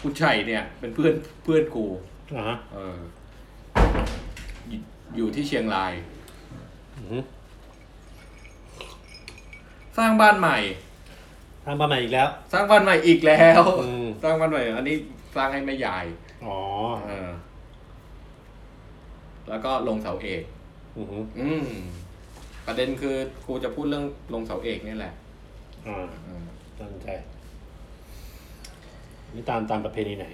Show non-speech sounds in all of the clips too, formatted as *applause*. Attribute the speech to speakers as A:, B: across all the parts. A: เป็นเพื่อนเพื่อนกู
B: อ่าฮะ
A: เอออยู่อยู่ที่เชียงราย
B: อือฮึ
A: สร้างบ้านใหม่
B: ทำมาใหม่อีกแล้ว
A: สร้างบ้านใหม่อีกแล้ว
B: อืม
A: สร้างบ้านใหม่ อันนี้สร้างให้แม่ยาย
B: อ๋อ
A: เออ แล้วก็ลงเสาเอก
B: อือฮึ
A: อืม ประเด็นคือกูจะพูดเรื่องลงเสาเอกนี่แหละ
B: อ่า
A: เออ
B: ตามใจนี่ตามตามประเพณีไหน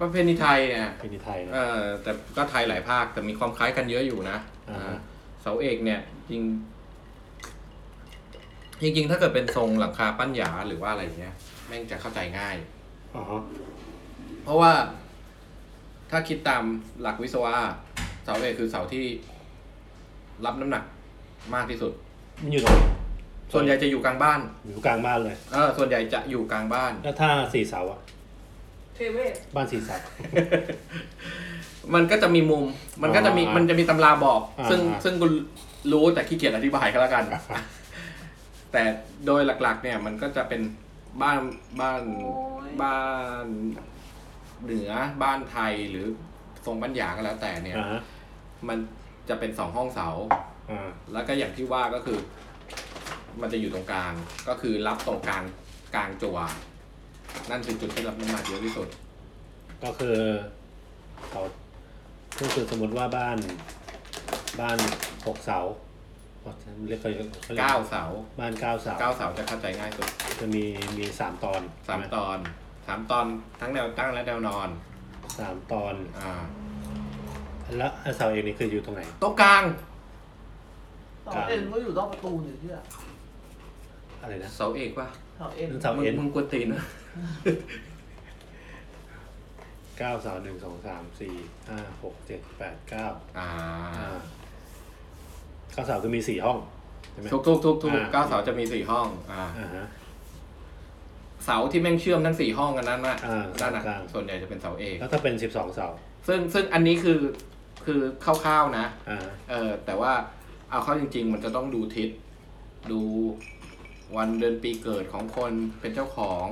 A: ประเพณีไทยเนี่ย
B: ประเพณีไทยนะ
A: เออแต่ก็ไทยหลายภาคแต่มีความคล้ายกันเยอะอยู่นะ
B: อ่าฮะ
A: อ่าเสาเอกเนี่ย จริง จริง ๆ ถ้าเกิดเป็นทรงหลังคาปั้นหยาหรือว่าอะไรเงี้ยแม่งจะเข้าใจง่าย
B: อ๋อฮะ
A: เพราะว่าถ้าคิดตามหลักวิศวะเสาเอกคือเสาที่รับน้ำหนักมากที่สุด
B: มันอยู่ตรงไหน
A: ส่วนใหญ่จะอยู่กลางบ้าน
B: อยู่กลางบ้านเลย
A: เออส่วนใหญ่จะอยู่กลางบ้าน
B: แล้วถ้าสี่เสาอะ
C: เทเวศ
B: บ้านสี่เสา
A: มันก็จะมีมุม มันก็จะมี
B: อ่ามั
A: มันจะมีตำราบอก
B: อ่า
A: ซึ่ง
B: อ่า
A: ซึ่งกูรู้แต่ขี้เกียจอธิบายก็แล้วกัน *laughs* แต่โดยหลักๆ เนี่ยมันก็จะเป็นบ้านบ้านบ้านเหนือบ้านไทยหรือทรงปัญญาก็แล้วแต่เนี่ย
B: อ่าฮะ
A: มันจะเป็นสองห้องเสา
B: อ่า
A: แล้วก็อย่างที่ว่าก็คือ มันจะอยู่ตรงกลาง ก็คือรับตรงกลางกลางจัวนั่นคือจุดที่รับน้ำหนักเยอะที่สุด
B: ก็คือเสาก็คือสมมติว่าบ้าน บ้านหกเสาอ๋อเรียกเขาเรียขรีย
A: เก้าเสา
B: บ้านเก้าเสา
A: เก้าเสาจะเข้าใจง่ายสุด
B: จะมีมีสามตอน
A: สาม
B: ใช่ไห
A: ตอนสามตอนทั้งแนวตั้งและแนวนอน
B: สามตอน
A: อ่า
B: แล้วไอ้เสาเอกนี่คืออยู่ตรงไหน
A: โต๊ะกลาง
C: เสาเอ็นก็อยู่รอบประตูอยู่ที่อะ
B: อะไรนะ
A: เสาเอกป่ะ
C: เสาเอ็น
B: เสาเอ็น
A: มึงมึงกวนตีนนะ
B: เก้าเสาหนึ่งสองสามสี่ห้าหกเจ็ดแปดเก้า
A: อ่า
B: อ่าเก้าเสาคือมีสี่ห้องใช่ไหม
A: ทุกทุกทุกทุก
B: อ่า
A: เก้าเสาจะมีสี่ห้องอ่า
B: อ่าฮะ
A: เสาที่แม่งเชื่อมทั้งสี่ห้องกันนั้นน่ะ
B: อ่า
A: ด้านน่ะ
B: กลาง
A: ส่วนใหญ่จะเป็นเสาเอก
B: แล้วถ้าเป็นสิบสองเสา
A: ซึ่งซึ่งอันนี้คือคือคร่าวๆนะ
B: อ่าฮะ
A: เออแต่ว่าเอาเข้าจริง ๆ มันจะต้องดูทิศดูวันเดือนปีเกิดของคนเป็นเจ้าของ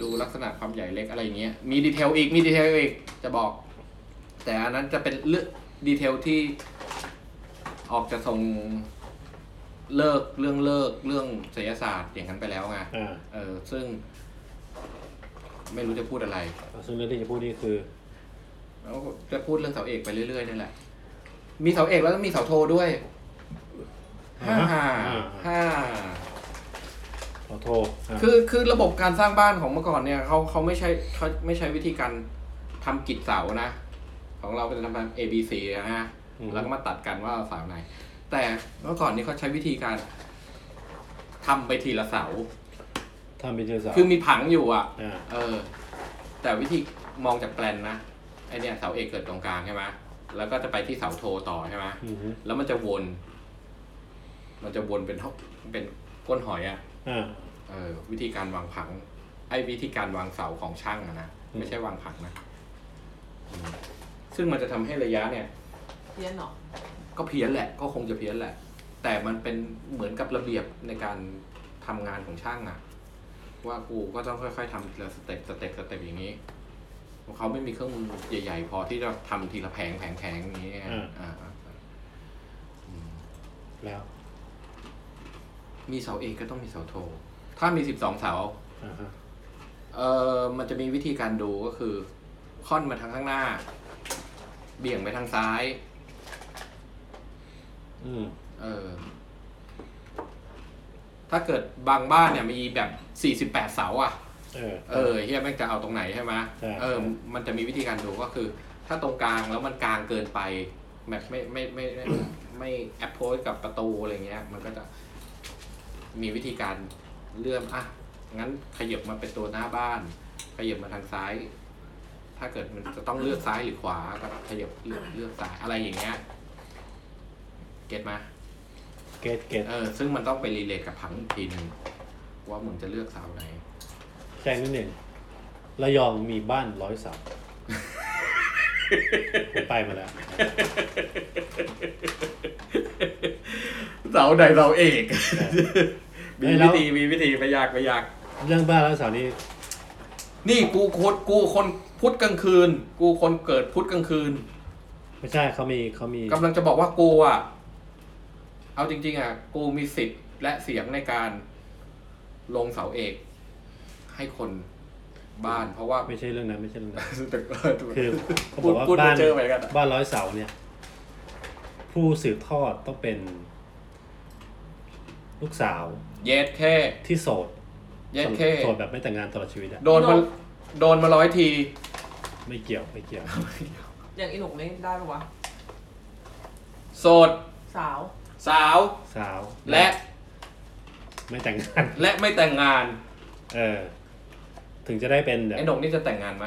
A: ดูลักษณะความใหญ่เล็กอะไรอย่างเงี้ยมีดีเทลอีกมีดีเทลอีกจะบอก แต่อันนั้นจะเป็นเลือกดีเทลที่ออกจะทรงเลิกเรื่องเลิกเรื่องศิลศาสตร์อย่างนั้นไปแล้วไง
B: อ่า
A: เออซึ่ง ไม่รู้จะพูดอะไร
B: ซึ่งเรื่องที่จะพูดนี่คือ
A: แล้วก็จะพูดเรื่องเสาเอกไปเรื่อยๆนี่แหละ มีเสาเอกแล้วก็มีเสาโทด้วย
B: อ่า
A: ห้า
B: ฮะ
A: ห้า
B: ขอโทษอ่า
A: คือคือระบบการสร้างบ้านของเมื่อก่อนเนี่ยเขาเขาไม่ใช้เขาไม่ใช้วิธีการทำกิจเสานะ ของเราเป็นทำแบบ A B C นะฮะ
B: ม
A: แล้วก็มาตัดกันว่าเสาไหน แต่เมื่อก่อนนี้เขาใช้วิธีการทำไปทีละเสา
B: ทำเป็นเจอเสา
A: คือมีผังอยู่อ่ะ
B: อ่า
A: เออ แต่วิธีมองจากแปลนนะไอเนี่ยเสาเอกเกิดตรงกลางใช่ไหมแล้วก็จะไปที่เสาโทต่อใช่ไหม
B: อือฮึ
A: แล้วมันจะวน มันจะวนเป็นเท่าเป็นก้นหอยอะ่ะ
B: อ่า
A: เออ วิธีการวางผัง ไอ้วิธีการวางเสาของช่างอะนะ
B: อืม
A: ไม่ใช่วางผังนะอืมซึ่งมันจะทำให้ระยะเนี่ย
C: เพี้ยนเหรอ
A: ก็เพี้ยนแหละก็คงจะเพี้ยนแหละ แต่มันเป็นเหมือนกับระเบียบในการทำงานของช่างอะว่ากูก็ต้องค่อยๆทำทีละสเต็ปสเต็ปสเต็ปอย่างนี้เขาไม่มีเครื่องมือใหญ่ๆ พอที่จะทำทีละแผงแผงแผงอย่างนี้ไง
B: อ่า
A: อ่าอืม
B: แล้ว
A: มีเสาเอกก็ต้องมีเสาโท ถ้ามีสิบสองเสา
B: อ่าฮะ
A: เออมันจะมีวิธีการดูก็คือ ค่อนมาทางข้างหน้า เบี่ยงไปทางซ้าย
B: อืม
A: เออ ถ้าเกิดบางบ้านเนี่ยมีแบบสี่สิบแปดเสาอ่ะ
B: เออ
A: เออเฮียแม่งจะเอาตรงไหนใช่ไหม
B: ใช่
A: เออ
B: ใช่
A: มันจะมีวิธีการดูก็คือ ถ้าตรงกลางแล้วมันกลางเกินไปแบบไม่ไม่ไม่ไม่ไม่ไม่แอปโพสกับประตูอะไรเงี้ย มันก็จะมีวิธีการเลื่อนอ่ะ งั้นขยับมาเป็นตัวหน้าบ้าน ขยับมาทางซ้าย ถ้าเกิดมันจะต้องเลือกซ้ายหรือขวาก็ขยับเลือกเลือกซ้ายอะไรอย่างเงี้ย เก็ตไหม
B: เกตเกต
A: เออซึ่งมันต้องไปรีเลทกับผังอีกทีหนึ่งว่ามึงจะเลือกเสาไหน
B: แจ้งนิดหนึ่งระยองมีบ้านร้อยเสาผมไป
A: *laughs*
B: มาแล้ว
A: เสาไหนเราเอก
B: เออ
A: มี
B: เอ้ยแล้
A: วิ
B: ว
A: ธีมีวิธีไม่ยากไม่ยาก
B: เรื่องบ้านร้อยเสานี่
A: นี่กูโคตรกูคนพุธกลางคืน กูคนเกิดพุธกลางคืน
B: ไม่ใช่เขามีเขามี
A: กำลังจะบอกว่ากูอ่ะ เอาจริง ๆ อ่ะ กูมีสิทธิ์และเสียงในการลงเสาเอก ให้คนบ้านเพราะว่า
B: ไม่ใช่เรื่องนั้นไม่ใช่เรื่องนั้น
A: แต่ก็
B: คือเขา
A: พูด
B: บอกว่า
A: พูดไป
B: บ้าน
A: เจอเหมือนกันอะ
B: บ้านร้อยเสาเนี่ย ผู้สืบทอดต้องเป็น ลูกสาว
A: เย็ดแค่
B: ที่โสด
A: เย็ด
B: โสด
A: แค่
B: โสดแบบไม่แต่งงานตลอดชีวิตอะ
A: โดนมาโดนมาร้อยที
B: ไม่เกี่ยวไม่เกี่ยว
D: อย่างอีหนุกนี่ได้ปะวะ
A: โสด
D: สาว
A: สาว
B: สาว
A: และ
B: ไม่แต่งงาน
A: และไม่แต่งงาน
B: เออ ถึงจะได้เป็นแบบ
A: ไอ้หนกนี่จะแต่งงานไหม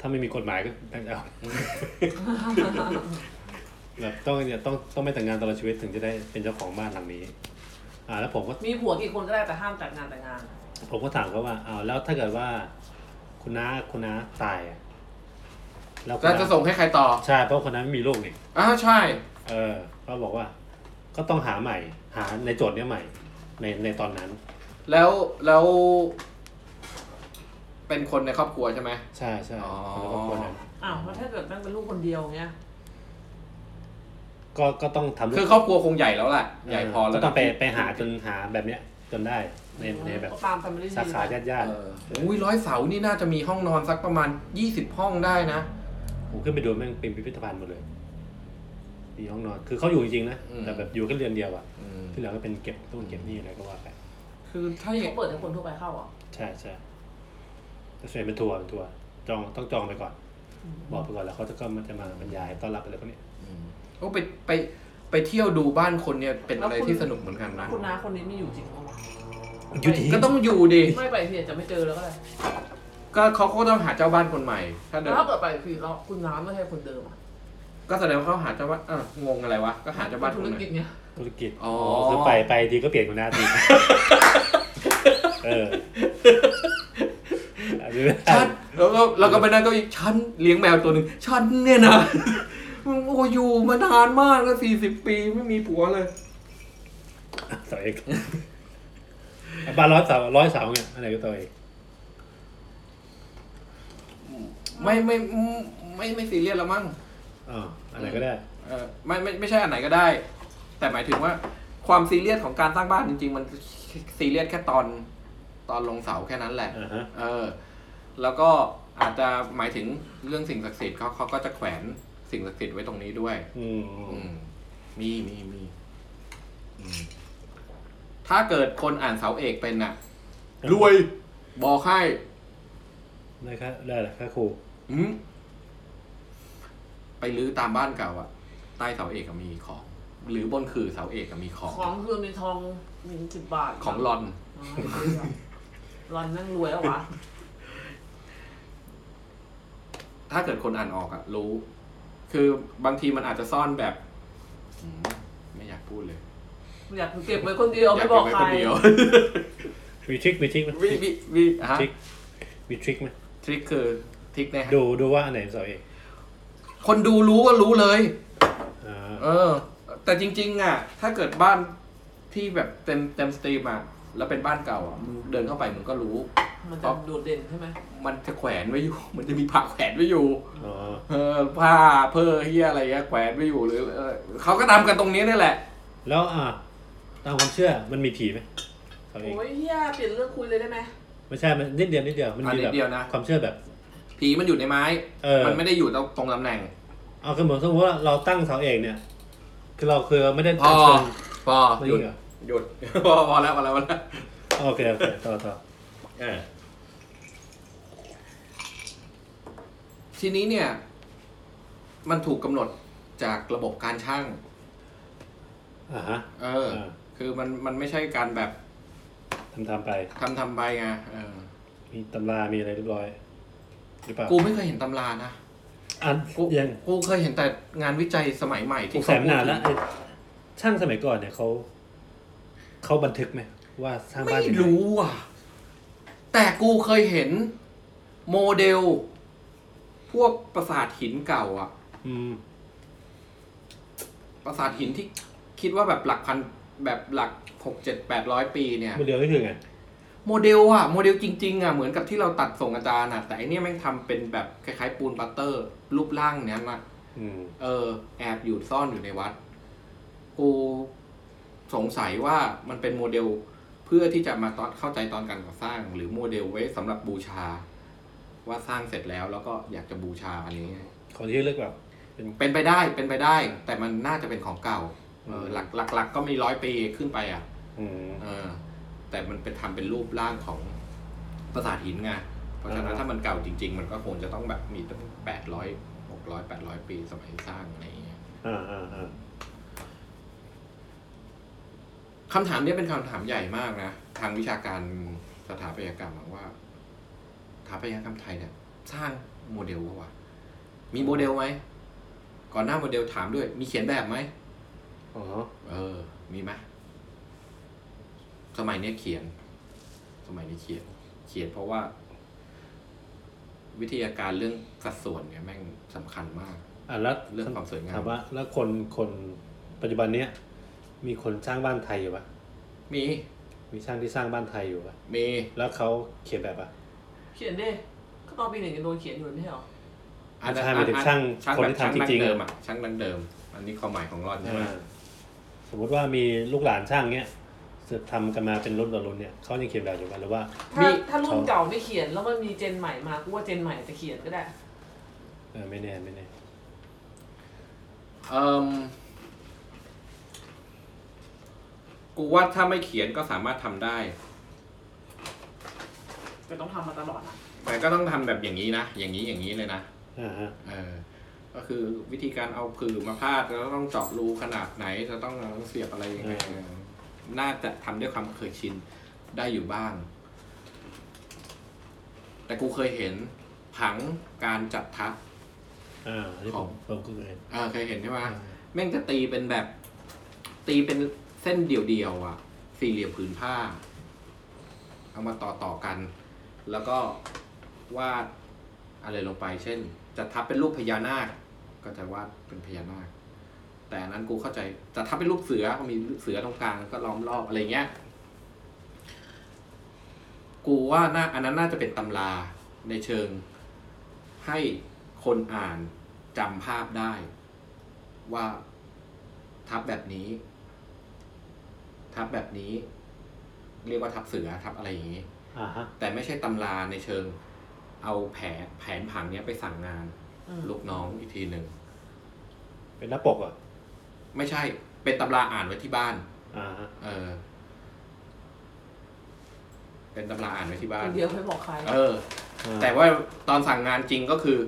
B: ถ้าไม่มีกฎหมายก็ *laughs* แต่งเอาแบบต้องเนี่ยต้องต้องไม่แต่งงานตลอดชีวิตถึงจะได้เป็นเจ้าของบ้านหลังนี้ อ่า แล้วผมก็
D: มีผัวกี่คนก็ได้แต่ห้ามจัดงานแต่งงาน
B: ผมก็ถามเขาว่าเอาวแล้วถ้าเกิดว่าคุณน้าคุณน้าตายอะแล้วคุณ
A: แล้ว
B: น้า
A: จะส่งให้ใครต่อ
B: ใช่เพราะคนนั้นไม่มีลูกนี่
A: อ้าวใช่
B: เออเขาบอกว่า ก็ต้องหาใหม่ หาในโจทย์เนี้ยใหม่ ในในตอนนั้น
A: แล้วแล้ว เป็นคนในครอบครัวใช่ไหม
B: ใช่ใช่
A: อ๋อ
B: คนละคนนั้น
D: อ้าวแล้วถ้าเกิดแม่งเป็นลูกคนเดียวเงี้ย
B: ก็ก็ต้องทำ
A: คือครอบครัวคงใหญ่แล้วแหละใหญ่พอแล้ว
B: ก็ต้องไปไปหาจนหาแบบเนี้ย จนได้ในในแบบ
D: ก็ตามแฟมิลี่
B: สาขาญาติญาติ
A: เอออุ้ยร้อยเสานี่น่าจะมีห้องนอนสักประมาณยี่สิบห้องได้นะ
B: ผมขึ้นไปดูแม่งเป็นพิพิธภัณฑ์หมดเลยมีห้องนอน คือเขาอยู่จริงๆนะแต่แบบอยู่แค่เรือนเดียวอะ
A: อืม
B: ที่เหลือก็เป็นเก็บตู้เก็บนี่อะไรก็ว่าไป
A: คือถ้าอย่าง
D: เขาเปิดให้คนทั่วไปเข้าเหรอ่ะ
B: ใช่ใช่แต่ส่วนใหญ่เป็นทัวร์เป็นทัวร์จองต้องจองไปก่อน บอกไปก่อนแล้วเขาจะก็มันจะมาบรรยายต้อนรับอะไรพวกนี้
A: อืมโอ้ไปไปไปเที่ยวดูบ้านคนเนี่ยเป็นอะไรที่สนุกเหมือนกันนะ
D: คุณน้าคนนี้ไม่อยู่จริงปะวะ
B: ยุติ
A: ก็ต้องอยู่ดิ
D: ไม่ไปทีจะไม่เจอแล้วก็ได้
A: ก็เขาก็ต้องหาเจ้าบ้านคนใหม่ ถ้าเดิน
D: แล้วถ้าเกิดไปคือเราคุณน้าไม่ใช่คนเดิมอ่ะ
A: ก็แสดงว่าเขาหาเจ้าบ้านเอองงอะไรวะ ก็หาเจ้าบ้านค
D: ธุ
A: น
D: ร
A: ใหม่
D: กิจเนี้ย
B: ธุรกิจ
A: อ๋อ
B: คือไปไปทีก็เปลี่ยนคนหน้าที *laughs* เอออันนี้ไม่ได้
A: ฉันแล้วก็แล้วก็ไปนั่งเก็อีกฉันเลี้ยงแมวตัวหนึ่งฉันเนี่ยนะ *laughs* มันโอ้อยู่มานานมากแล้วสี่สิบปีไม่มีผัวเลย
B: ต่อเองบ้านร้อยสาวร้อยสาวเนี่ยอะไรก็ต่อเอง
A: ไม่ไม่ไม่ไม่ซีเรียสแล้วมั้ง
B: อ๋ออะไรก็ได้
A: เออไม่ไม่ไม่ใช่อันไหนก็ได้ แต่หมายถึงว่า ความซีเรียสของการสร้างบ้านจริง ๆ มันซีเรียสแค่ตอนตอนลงเสาแค่นั้นแหละ
B: อ่าฮะ
A: เออ แล้วก็อาจจะหมายถึงเรื่องสิ่งศักดิ์สิทธิ์เขาเขาก็จะแขวนสิ่งศักดิ์สิทธิ์ไว้ตรงนี้ด้วย
B: อืม
A: อืมมีมีมีอืมถ้าเกิดคนอ่านเสาเอกเป็นน่ะ รวย บอกให้
B: ได้ครับได้แหละครับครู
A: อืมไปรื้อตามบ้านเก่าอะใต้เสาเอกอะมีของ หรือบนคือเสาเอกอะมีของ
D: ของคือมีทองหนึ่งสิบบาท
A: ของหลอน
D: อ๋อรอนนั่งรวยแล้ววะ
A: ถ้าเกิดคนอ่านออกอะรู้ คือบางทีมันอาจจะซ่อนแบบอืมไม่อยากพูดเลย
D: อยากเก็บไว้คนเดียว
A: อ
D: ไม่
A: ยาก
D: บอ
A: เก็บไว้
D: กใค
A: ค
D: ร
A: นเดียว
B: มีทริคมีทริคไหม
A: วิวิวิฮะ
B: ทริคมีทริคไหม
A: ทริคคือทริคนะฮะ
B: ดูดูว่าอันไหนสาวเอก
A: คนดูรู้ก็รู้เลย
B: อ่า
A: เออ แต่จริง ๆ อ่ะ ถ้าเกิดบ้านที่แบบเต็มเต็มสตรีมอ่ะ แล้วเป็นบ้านเก่าอ่ะมึงเดินเข้าไปมึงก็รู้
D: มันจะโดดเด่นใช่ไหม
A: มันจะแขวนไว้อยู่ *laughs* มันจะมีผ้าแขวนไว้อยู่
B: อ๋อ
A: เออผ้าเพ้อเฮียอะไรเงี้ยแขวนไว้อยู่หรือเออเขาก็ทำกันตรงนี้นี่แหละ
B: แล้วอ่ะตามความเชื่อมันมีผีไหมเอาเอง
D: โอ้ยเฮียเปลี่ยนเรื่องคุยเลยได้ไหม
B: ไม่ใช่มันนิดเดียวนิดเดียวมัน
A: อ่ะ
B: มี
A: นิ
B: แบ
A: ดเดียวนะ
B: บความเชื่อแบบ
A: ผีมันอยู่ในไม้
B: เออ
A: มันไม่ได้อยู่ตรงตรงตำแหน่ง
B: เอาคือเหมือนสมมติว่าเราตั้งเสาเอกเนี่ย คือเราคือไม่ได้
A: พอ
B: ตั้งเชิง
A: พอ
B: ไม่
A: ห
B: ได้
A: ยุด
B: เหรอ
A: หยุด *laughs* พอพอแล้วพอแล้วพอแล้ว
B: โอเคโอเคต่อต่อ
A: เออทีนี้เนี่ย มันถูกกำหนดจากระบบการช่าง
B: อ่าฮะ
A: เออ
B: เออ
A: คือมันมันไม่ใช่การแบบ
B: ทำทำไป
A: ทำทำไปไงเออ
B: มีตำรา มีอะไรเรียบร้อยหรือเปล่า
A: กูไม่เคยเห็นตำรานะ
B: อัน
A: กู
B: ยัง
A: กูเคยเห็นแต่งานวิจัยสมัยใหม่
B: ส
A: ที่
B: ง
A: เขา
B: สัย
A: พู
B: มา
A: ด
B: นาน
A: ถึ
B: แล้ว
A: ง
B: ไอ้ช่างสมัยก่อนเนี่ยเขาเขาบันทึกไหมว่าสร้างบ้าน
A: ไม่
B: ยังง
A: รู้อ่ะ แต่กูเคยเห็นโมเดล พวกปราสาทหินเก่าอ่ะ
B: อืม
A: ปราสาทหินที่คิดว่าแบบหลักพันแบบหลักหกเจ็ดแปดร้อยปีเนี่ย
B: โมเดลนี่คือไง
A: โมเดลอะโมเดลจริงๆอะเหมือนกับที่เราตัดส่งอาจารย์อะแต่อันนี้ยแม่งทำเป็นแบบคล้ายๆปูนปัตเตอร์ รูปร่างเนี้ยมา
B: อืม
A: เออแอบอยู่ซ่อนอยู่ในวัด กูสงสัยว่ามันเป็นโมเดลเพื่อที่จะมาตอนเข้าใจตอนการก่อสร้าง หรือโมเดลไว้สำหรับบูชา ว่าสร้างเสร็จแล้วแล้วก็อยากจะบูชาอะไรเงี้ย
B: ของที่เลือกแบบ เป็น
A: เป็นไปได้เป็นไปได้ แต่มันน่าจะเป็นของเก่าเออหลักหลักหลักก็มีร้อยปีขึ้นไปอ่ะ
B: อืม
A: เออแต่มันเป็นทำเป็นรูปร่างของปราสาทหินไง เพราะฉะนั้
B: อ่าน ฮะ
A: ถ้ามันเก่าจริง ๆ มันก็คงจะต้องแบบมีตั้งแปดร้อยหกร้อยแปดร้อยปีสมัยสร้างอะไรอย่างเงี้ย
B: อ่าอ่าอ่า
A: คำถามเนี้ยเป็นคำถามใหญ่มากนะ ทางวิชาการสถาปัตยกรรมอะว่าสถาปัตยกรรมไทยเนี่ย สร้างโมเดลปะวะมีโมเดลไหม ก่อนหน้าโมเดลถามด้วย มีเขียนแบบไหม
B: อ๋อ
A: เออ มีไหมสมัยเนี้ยเขียน สมัยนี้เขียน เขียนเพราะว่า วิทยาการเรื่องสัดส่วนเนี่ยแม่งสำคัญมาก
B: อ่ะแล้ว
A: เรื่องความสวยงาม
B: ถามว่าแล้วคนคนปัจจุบันเนี้ยมีคนสร้างบ้านไทยอยู่ปะ
A: มี
B: มีช่างที่สร้างบ้านไทยอยู่ปะ
A: มี
B: แล้วเขาเขียนแบบปะ
D: เขียนดิก็ตอนปีหนึ่งยังโดนเขียนอยู่ไม่ใช่หรอ
A: อันนั้น
B: ไม่ใช่หมายถึงช่าง
A: ช่าง
B: คน
A: แบบช่า
B: ที่
A: ง
B: ทำจ
A: ดั้ง
B: ริงๆ
A: เดิ
B: อ่ะ
A: มอ่ะ ช่างดั้งเดิม อันนี้ความหมายของรอนใช่ไหม
B: อ่าสมมติว่ามีลูกหลานช่างเนี้ยสืบทำกันมาเป็นรุ่นต่อรุ่นเนี่ยเขายังเขียนแบบอยู่ปะหรือว่า
D: ถ้าถ้ารุ่นเก่าไม่เขียนแล้วมันมีเจนใหม่มากูว่าเจนใหม่จะเขียนก็ได้
B: เออไม่แน่ไม่แน่
A: เอ่มกูว่าถ้าไม่เขียนก็สามารถทำได้
D: แต่ต้องทำมาตลอดนะ
A: แต่ก็ต้องทำแบบอย่างนี้นะ อย่างนี้อย่างนี้เลยนะ
B: อ่าฮะ
A: เออก็คือวิธีการเอาผือมาพาดแล้วต้องเจาะรูขนาดไหน จะต้องเสียบอะไรยังไงน่าจะทำด้วยความเคยชินได้อยู่บ้าง แต่กูเคยเห็นผังการจัดทัพ
B: อ่าอันนี้ผมผมก็เลย
A: เออเคยเห็นใช่ไหมแม่งจะตีเป็นแบบ ตีเป็นเส้นเดี่ยวๆอ่ะ สี่เหลี่ยมผืนผ้า เอามาต่อต่อๆกัน แล้วก็วาดอะไรลงไป เช่น จะทับเป็นรูปพญานาค ก็จะวาดเป็นพญานาค แต่อันนั้นกูเข้าใจ จะทับเป็นรูปเสือก็มีเสือตรงกลางแล้วก็ล้อมรอบอะไรเงี้ย กูว่าน่าอันนั้นน่าจะเป็นตำราในเชิง ให้คนอ่านจำภาพได้ ว่าทับแบบนี้ ทับแบบนี้ เรียกว่าทับเสือทับอะไรอย่างนี้
B: อ่าฮะ
A: แต่ไม่ใช่ตำราในเชิง เอาแผนแผนผังเนี้ยไปสั่งงาน ลูกน้องอีกทีหนึ่ง
B: เป็นหน้าปกเหรอ่ะ
A: ไม่ใช่เป็นตำราอ่านไว้ที่บ้าน
B: อ่าฮะ
A: เออ เป็นตำราอ่านไว้ที่บ้า
D: คน นเดียวไม่บอกใคร
A: เออ
B: อ่า
A: แต่ว่าตอนสั่งงานจริงก็คือ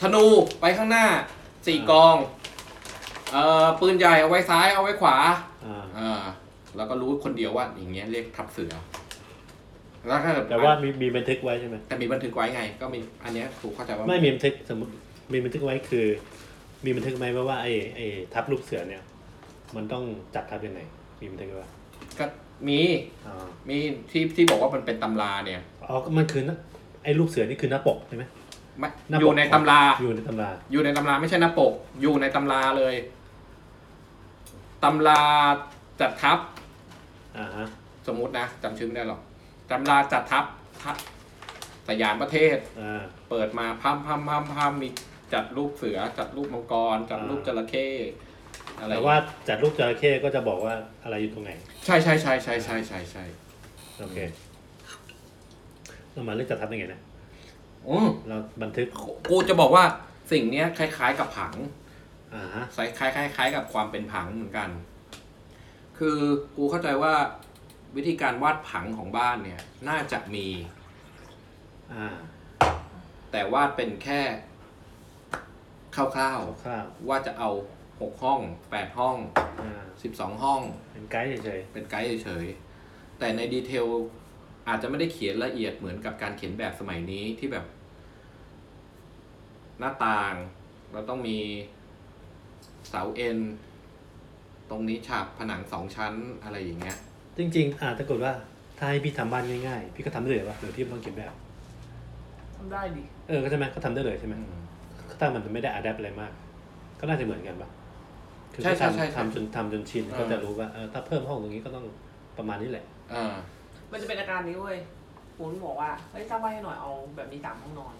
A: ธนูไปข้างหน้าสี่กอง เอ่อปืนใหญ่เอาไว้ซ้ายเอาไว้ขวา
B: อ่า
A: อ่าแล้วก็รู้คนเดียวว่าอย่างเงี้ยเรียกทับเสือ แล้วถ้าเกิด
B: แต่ว่ามีมีบันทึกไว้ใช่ไหม
A: แต่มีบันทึกไว้ไง ก็มีอันเนี้ยถูกเข้าใจว่า
B: ไม่มีบันทึกสมมติมีบันทึกไว้คือ มีบันทึกไหมว่าว่าไอ้ไอ้ทับลูกเสือเนี่ย มันต้องจัดทับยังไงมีบันทึกไว้ปะ
A: ก็มี
B: อ๋อ
A: มีที่ที่บอกว่ามันเป็นตำราเนี่ย
B: อ๋อมันคือหน้าไอ้ลูกเสือนี่คือหน้าปกใช่ไหม
A: ไม่
B: หน้าปก
A: อยู่ในตำรา
B: อยู่ในตำรา
A: อยู่ในตำราไม่ใช่หน้าปก อยู่ในตำราเลยตำราจัดทัพ
B: อ่าฮะ
A: สมมุตินะจำชื่อไม่ได้หรอกตำราจัดทัพทัพสยามประเทศ
B: อ่า
A: เปิดมาพัมพัมพัมพัมมีจัดรูปเสือ จัดรูปมังกร จัดรูปจระเข้อะไร
B: แต่ว่าจัดรูปจระเข้ก็จะบอกว่าอะไรอยู่ตรงไหน
A: ใช่ใช่ใช่ใช่ใช่ใช่ใช่
B: โอเคเรามาเลือกจัดทับยังไงนะ
A: อืม
B: เราบันทึก
A: กูจะบอกว่าสิ่งเนี้ยคล้ายๆกับผัง
B: อ่าฮะ
A: คล้ายคล้ายคล้ายๆกับความเป็นผังเหมือนกัน คือกูเข้าใจว่าวิธีการวาดผังของบ้านเนี่ย น่าจะมี
B: อ่า
A: แต่วาดเป็นแค่คร่าว
B: คร่าว
A: ๆ ว่าจะเอาหกห้องแปดห้อง
B: ๆอ่า
A: สิบสองห้อง
B: เป็นไกด์เฉย
A: เป็นไกด์เฉยๆ แต่ในดีเทลอาจจะไม่ได้เขียนละเอียดเหมือนกับการเขียนแบบสมัยนี้ที่แบบ หน้าต่างเราต้องมีเสาเอ็น ตรงนี้ฉากผนังสองชั้นอะไรอย่างเงี้ย
B: ๆจริง ๆ อ่าถ้าเกิดว่าถ้าให้พี่ทำบ้านง่ายๆพี่ก็ทำได้เลยปะหรือพี่ต้องเขียนแบบ
D: ทำได้ดิ
B: เออก็ใช่ไหมก็ทำได้เลยใช่ไหม ถ้ามันไม่ได้อัดแอปอะไรมาก ก็น่าจะเหมือนกันปะคือ
A: ใช่ใช่
B: ถ้าทำ
A: ใช่ใช่
B: ทำจนทำจนชิน
A: เออ
B: ก็จะรู้ว่าเออถ้าเพิ่มห้องตรงนี้ก็ต้องประมาณนี้แหละ
A: อ่า
D: มันจะเป็นอาการนี้เว้ยคุณบอกว่าเฮ้ยสร้างบ้านให้หน่อยเอาแบบนี้สามห้องนอน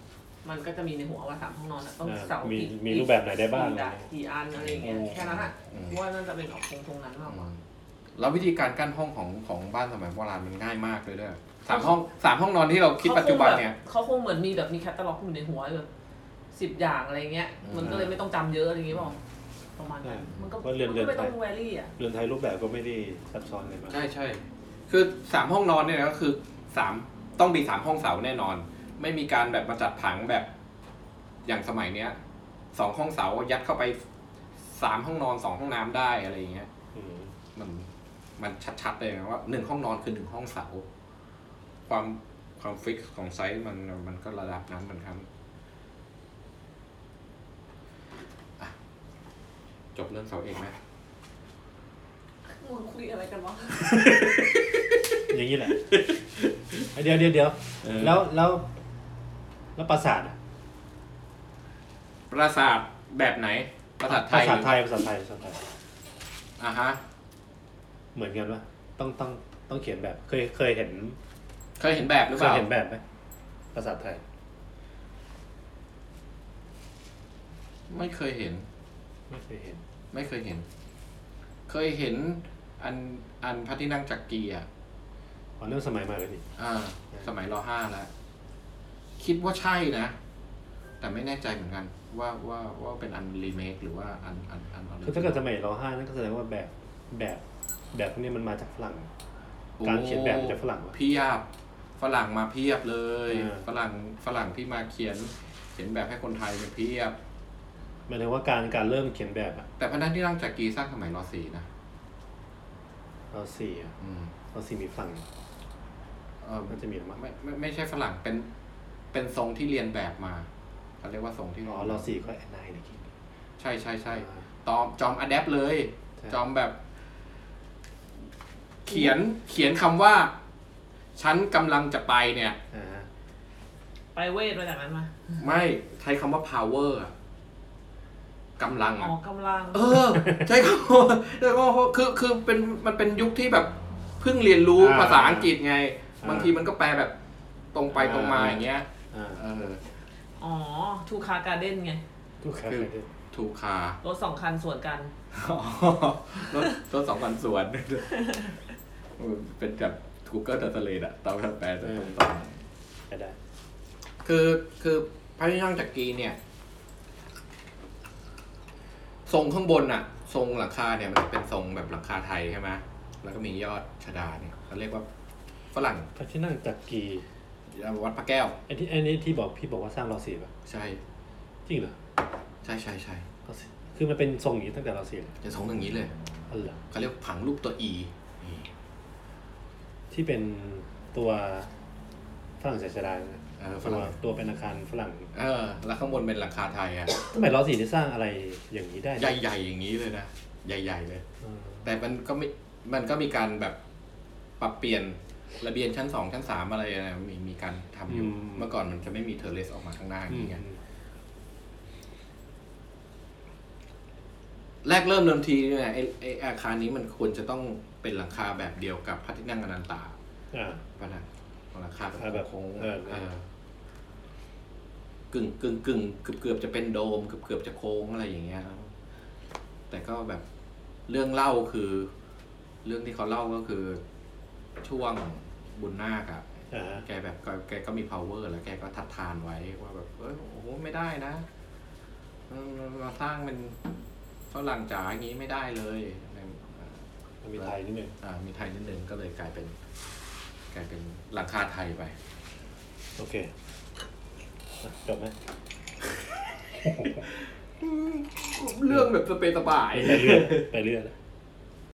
D: มันก็จะมีในหัวว่าสามห้องนอนน่ะต้องเสา
B: มี
D: กี่
B: มีรูปแบบไหนได้บ้าง
D: กี่ดะกี่อันอะไรอย่างเงี้ย
B: โอ้
D: แค่นั้นอะ
A: อืม
D: ว่านั่นจะเป็นออกตรงตรงนั้นมากกว่า
A: แล้ววิธีการกั้นห้องของของบ้านสมัยโบราณมันง่ายมากเลยด้วยสามห้องสามห้องนอนที่เราคิดปัจจุบันเนี่ย
D: เขาคงแบบเขาคงเหมือนมีแบบมีแคตตาล็อกอยู่ในหัวแบบสิบอย่างอะไรเงี้ย
A: อืม
D: มันก็เลยไม่ต้องจำเยอะอะไรอย่างเงี้ยเปล่าประมาณนั้นมันก็
B: ก็เรียน
D: มั
B: เรียน
D: ก็ไม่
B: ไป
D: ต้องแวรี่อ่ะ
B: เรือนไทยรูปแบบก็ไม่ได้ซับซ้อนเลยมาก
A: ใช่ใช่คือสามห้องนอนเนี่ยก็คือสามต้องมีสามห้องเสาแน่นอน ไม่มีการแบบมาจัดผังแบบอย่างสมัยเนี้ยสองห้องเสายัดเข้าไปสามห้องนอนสองห้องน้ำได้อะไรอย่างเงี้ย
B: อืม
A: มันมันชัดๆเลยนะว่าหนึ่งห้องนอนคือหนึ่งห้องเสา ความความฟิกของไซส์มันมันก็ระดับนั้นเหมือนกันอ่ะจบเรื่องเสาเอกไหม
D: มึงคุยอะไรกันวะ
B: อย่างนี้แหละ *laughs* เดี๋ยวเดี๋ยวเดี๋ยวแล้วแล้วแล้วปราสาทอะ
A: ปราสาทแบบไหน ปราสาทไท
B: ภาย ษาไทยภาษาไทยภาษาไทย
A: อ่ะฮะ
B: เหมือนกันปะต้องต้องต้องเขียนแบบเคยเคยเห็น
A: เคยเห็นแบบหรือ
B: เค
A: เป
B: ย
A: ล่า
B: เห็นแบบไหมภาษาไทย
A: ไม่เคยเห็น
B: ไม่เคยเห็น
A: ไม่เคยเห็น เคยเห็นอันอันพระที่นั่งจักรีอ่ะ
B: อ๋อเรื่องสมัยใหม่เลยดิ
A: อ่า สมัยรห้าแล้ว คิดว่าใช่นะ แต่ไม่แน่ใจเหมือนกัน ว่าว่าว่าเป็นอันรีเมคหรือว่าอันอันอัน
B: คือถ้าเกิดสมัยเราห้านั่นก็แสดงว่าแบบแบบแบบพวกนี้มันมาจากฝรั่ง การเขียนแบบมันจะฝรั่งวะ
A: เพียบฝรั่งมาเพียบเลย
B: อ่า
A: ฝรั่งฝรั่งที่มาเขียน เขียนแบบให้คนไทยเป็นยเพียบ
B: หมายถึงว่าการการเริ่มเขียนแบบอะ
A: แต่พระนันที่นั่งจักรีสร้างสมัยรสี่นะ
B: เราสี่อะ
A: อืม
B: เราสี่มีฝรั่ง
A: เออ
B: น่าจะมีหรือมั้ง
A: ไม่ไม่ไม่ใช่ฝรั่งเป็นเป็นทรงที่เรียนแบบมาเขาเรียกว่าทรงที่
B: อ๋อเราสี่ก็แอนนายนะคิด
A: ใช่ใช่ใช่
B: อ่า
A: ตอมจอมอะแดปเลย
B: ใช่
A: จอมแบบ เขียนเขียนคำว่า ฉันกำลังจะไปเนี่ย
B: อ่าฮะ
D: ไปเวทมาจากนั้นมา
A: ไม่ใช้คำว่า power อะกำลัง
D: อ๋อ
A: อ่ะ
D: กำลัง
A: เออ ใช้คำว่าใช้คำว่าคือคือเป็นมันเป็นยุคที่แบบเพิ่งเรียนรู้ภาษาอังกฤษไง บางทีมันก็แปลแบบตรงไปตรงมาอย่างเงี้ย
B: อ่า
A: เออ
D: อ๋อ ทูคาการ์เด้นไง
B: ทุกครั้งเลย
A: ถูกคาร
D: ถสองคันสวนกัน
A: *laughs* รถรถสองพันสวน *laughs* เออเป็นแบบ Google Translate อะตามแบบแปลตรงๆ
B: ได้ได้
A: คือคือพระที่นั่งจักรีเนี่ย ทรงข้างบนอะทรงหลังคาเนี่ยมันจะเป็นทรงแบบหลังคาไทยใช่ไหมแล้วก็มียอดชดาเนี่ยเขาเรียกว่าฝรั่ง
B: พระที่นั่งจักรี
A: วัดพระแก้ว
B: ไอ้ที่ไอ้นี้ที่บอกพี่บอกว่าสร้างเราสี่ป่ะ
A: ใช่
B: จริงเหรอ
A: ใช่ใช่ใช่
B: เราสี่คือมันเป็นทรงอย่างนี้ตั้งแต่เราสี่เลย
A: จะทรงอย่างนี้เลย
B: อ๋อเหรอ
A: เขาเรียกผังรูปตัวอีนี่
B: ที่เป็นตัวฝรั่งเศสดานะ
A: เออฝ
B: ตัว
A: รั่ง
B: ตัวเป็นอาคารฝรั่ง
A: เออ แล้วข้างบนเป็นหลังคาไทยอะ
B: สมัยเราสี่ได้สร้างอะไรอย่างนี้ได้นะ
A: ใหญ่ๆอย่างนี้เลยนะ ใหญ่ ๆ เลย
B: เออ
A: แต่มันก็ไม่มันก็มีการแบบปรับเปลี่ยนระเบียงชั้นสองชั้นสามอะไรนะมีมีการทำอยู่ เมื่อก่อนมันจะไม่มีเทอร์เลสออกมาข้างหน้าอ
B: อื
A: ย่าม งเงี้ยแรกเริ่มเดิมทีเนี่ยไอ้ไอ้อาคารนี้มันควรจะต้องเป็นหลังคาแบบเดียวกับพระที่นั่งอนันตา
B: อ่า
A: ปะนะหลังคา
B: หลังคาแบบ
A: โค้งๆ
B: เออ
A: เออกึ่งกึ่งกึ่งเกือบเกือบจะเป็นโดมเกือบเกือบจะโค้งอะไรอย่างเงี้ยครับแต่ก็แบบเรื่องเล่าคือ เรื่องที่เขาเล่าก็คือช่วงบุญนาคอะ
B: อ่าฮะ
A: แกแบบก็แกก็มี power แล้วแกก็ทัดทานไว้ว่าแบบเออโอ้โหไม่ได้นะเออเราสร้างเป็นฝรั่งจ๋าอย่างนี้ไม่ได้เลยอ่า
B: มันมีไทยนิดนึง
A: อ่ามีไทยนิดนึงก็เลยกลายเป็น กลายเป็นหลังคาไทยไป
B: โอเคอ่ะจบไหม
A: เรื่องแบบสเปซสบาย
B: ไปเรื่อยไปเรื่อยแล้ว